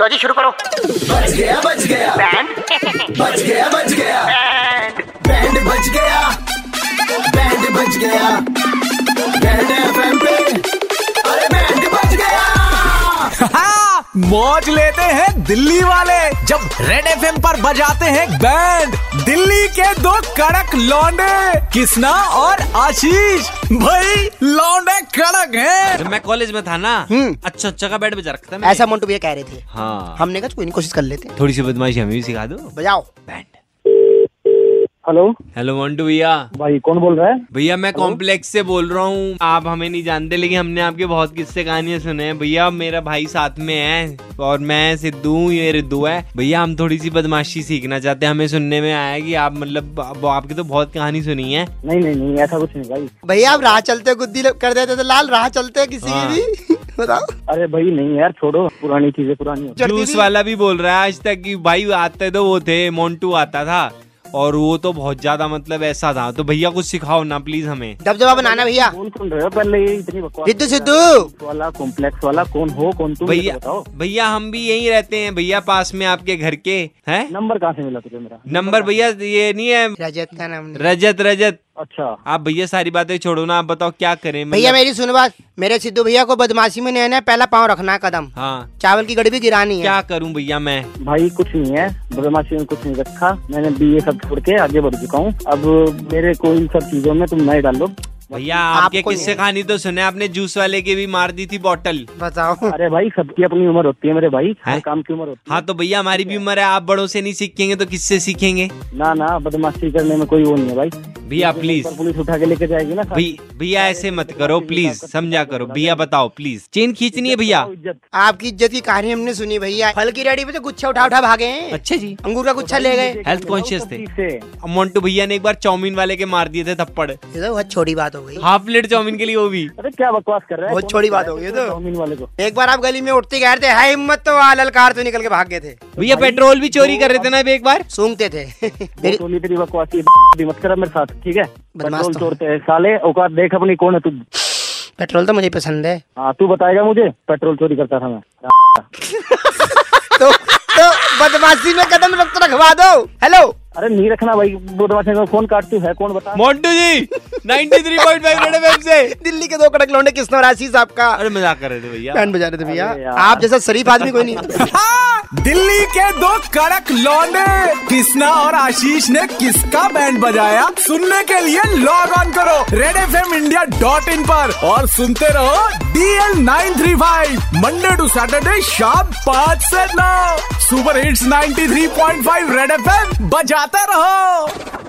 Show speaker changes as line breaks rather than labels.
लो जी शुरू करो
बच गया बच गया
बैंड
बच गया बच गया
बैंड
बैंड बच गया बैंड बच गया बैंड एफएम पे अरे बैंड बच गया
हाँ, मौज लेते हैं दिल्ली वाले जब रेड एफ पर बजाते हैं बैंड दिल्ली के दो कड़क लौंडे किसना और आशीष भाई लौंडे कड़क हैं
जब मैं कॉलेज में था ना अच्छा अच्छा का बैट बजा रखता था मैं
ऐसा मोन्टू भैया कह रहे थे
हाँ।
हमने कहा कोई नहीं कोशिश कर लेते हैं।
थोड़ी सी बदमाशी हमें भी सिखा दो
बजाओ
बैंड
हेलो
हेलो मोन्टू भैया
भाई कौन बोल रहा है
भैया मैं कॉम्प्लेक्स से बोल रहा हूँ आप हमें नहीं जानते लेकिन हमने आपके बहुत किस्से कहानियां सुने हैं भैया मेरा भाई साथ में है और मैं सिद्धू हूँ, ये रिद्धू है भैया हम थोड़ी सी बदमाशी सीखना चाहते हैं हमें सुनने में आया कि आप मतलब आप- आपकी तो बहुत कहानी सुनी है
नहीं नहीं नहीं ऐसा कुछ नहीं भाई
भैया आप राह चलते गुद्दी ल- कर देते थे लाल राह चलते किसी
हाँ।
की भी बताओ
अरे भाई नहीं यार छोड़ो पुरानी चीजें पुरानी होती
जर्दी
जूस
भी-
वाला भी बोल रहा है आज तक कि भाई आते तो वो थे मोन्टू आता था और वो तो बहुत ज्यादा मतलब ऐसा था तो भैया कुछ सिखाओ ना प्लीज हमें
दबदबा बनाना भैया
बोल कौन रहे हो पहले ये इतनी बकवास
रिद्धू सिद्धू
वाला कॉम्प्लेक्स वाला कौन हो कौन तुम ये तो
भैया
बताओ
भैया हम भी यहीं रहते हैं भैया पास में आपके घर के हैं
नंबर कहाँ से मिला तुझे मेरा
नंबर भैया ये नहीं है
रजत का नाम नहीं।
रजत रजत
अच्छा
आप भैया सारी बातें छोड़ो ना आप बताओ क्या करें मतलब-
भैया मेरी सुन बात मेरे सिद्धू भैया को बदमाशी में नहीं है पहला पाँव रखना है कदम
हाँ
चावल की गड़बी गिरानी है
क्या करूं भैया मैं
भाई कुछ नहीं है बदमाशी में कुछ नहीं रखा मैंने बी ये सब छोड़ के आगे बढ़ चुका हूँ अब मेरे को इन सब चीजों में तुम नहीं डालो
भैया आपके
आपको
किस्से
नहीं।
कहानी तो सुने आपने जूस वाले की भी मार दी थी बॉटल
बताओ
अरे भाई सबकी अपनी उम्र होती है मेरे भाई
हैं?
हर काम की उम्र होती है
हाँ तो भैया हमारी भी उम्र है आप बड़ों से नहीं सीखेंगे तो किससे सीखेंगे
ना ना बदमाशी करने में कोई वो नहीं है भाई
भैया प्लीज
पर पुलिस उठा के लेके जाएगी ना
भै- भैया ऐसे मत करो प्लीज समझा करो भैया बताओ प्लीज चेन खींचनी है भैया
इज्जत
आपकी इज्जत की कहानी हमने सुनी भैया फल की रेडी पे तो गुच्छा उठा उठा भागे हैं।
अच्छा जी
अंगूर का गुच्छा ले गए
हेल्थ कॉन्शियस थे
ठीक से
मोन्टू भैया ने एक बार चाउमीन वाले के मार दिए थे थप्पड़
ये तो बहुत छोटी बात हो गई
हाफ प्लेट चाउमीन के लिए वो भी
अरे क्या बकवास कर रहा है
बहुत
कौन
छोटी
बता
बात
रहा
हो
है
गई
तुझे
तो।
चाउमीन वाले को
एक बार आप गली में उठते गए थे हाय हिम्मत तो आ, ललकार तो निकल के भाग गए थे
भैया पेट्रोल भी चोरी कर रहे थे ना अभी एक बार
सूंघते थे
वो
मेरी
टोली तेरी बकवास की भी मत करा मेरे साथ ठीक है
बदमाश
पेट्रोल
तो।
चोरते हैं साले औकात देख अपनी कौन है तू
पेट्रोल तो मुझे पसंद है
हाँ तू बताएगा मुझे पेट्रोल चोरी करता था मैं
तो, तो बदमाशी में कदम रख तो रखवा दो हेलो
अरे नहीं रखना भाई बदमाश है फोन काटती है कौन बता
मोन्टू जी 93.5 थ्री पॉइंट से
दिल्ली के दो कड़क लौंडे किसने और आशीष आपका
अरे मजाक कर रहे थे भैया
बैंड बजा रहे थे
अरे
भैया
यार।
आप जैसा शरीफ आदमी कोई नहीं
हाँ, दिल्ली के दो कड़क लौंडे किसना और आशीष ने किसका बैंड बजाया सुनने के लिए लॉग ऑन करो red F M India dot in पर और सुनते रहो DL nine three five Monday to Saturday शाम पाँच से नौ super hits 93.5 three point five red F M बजाते रहो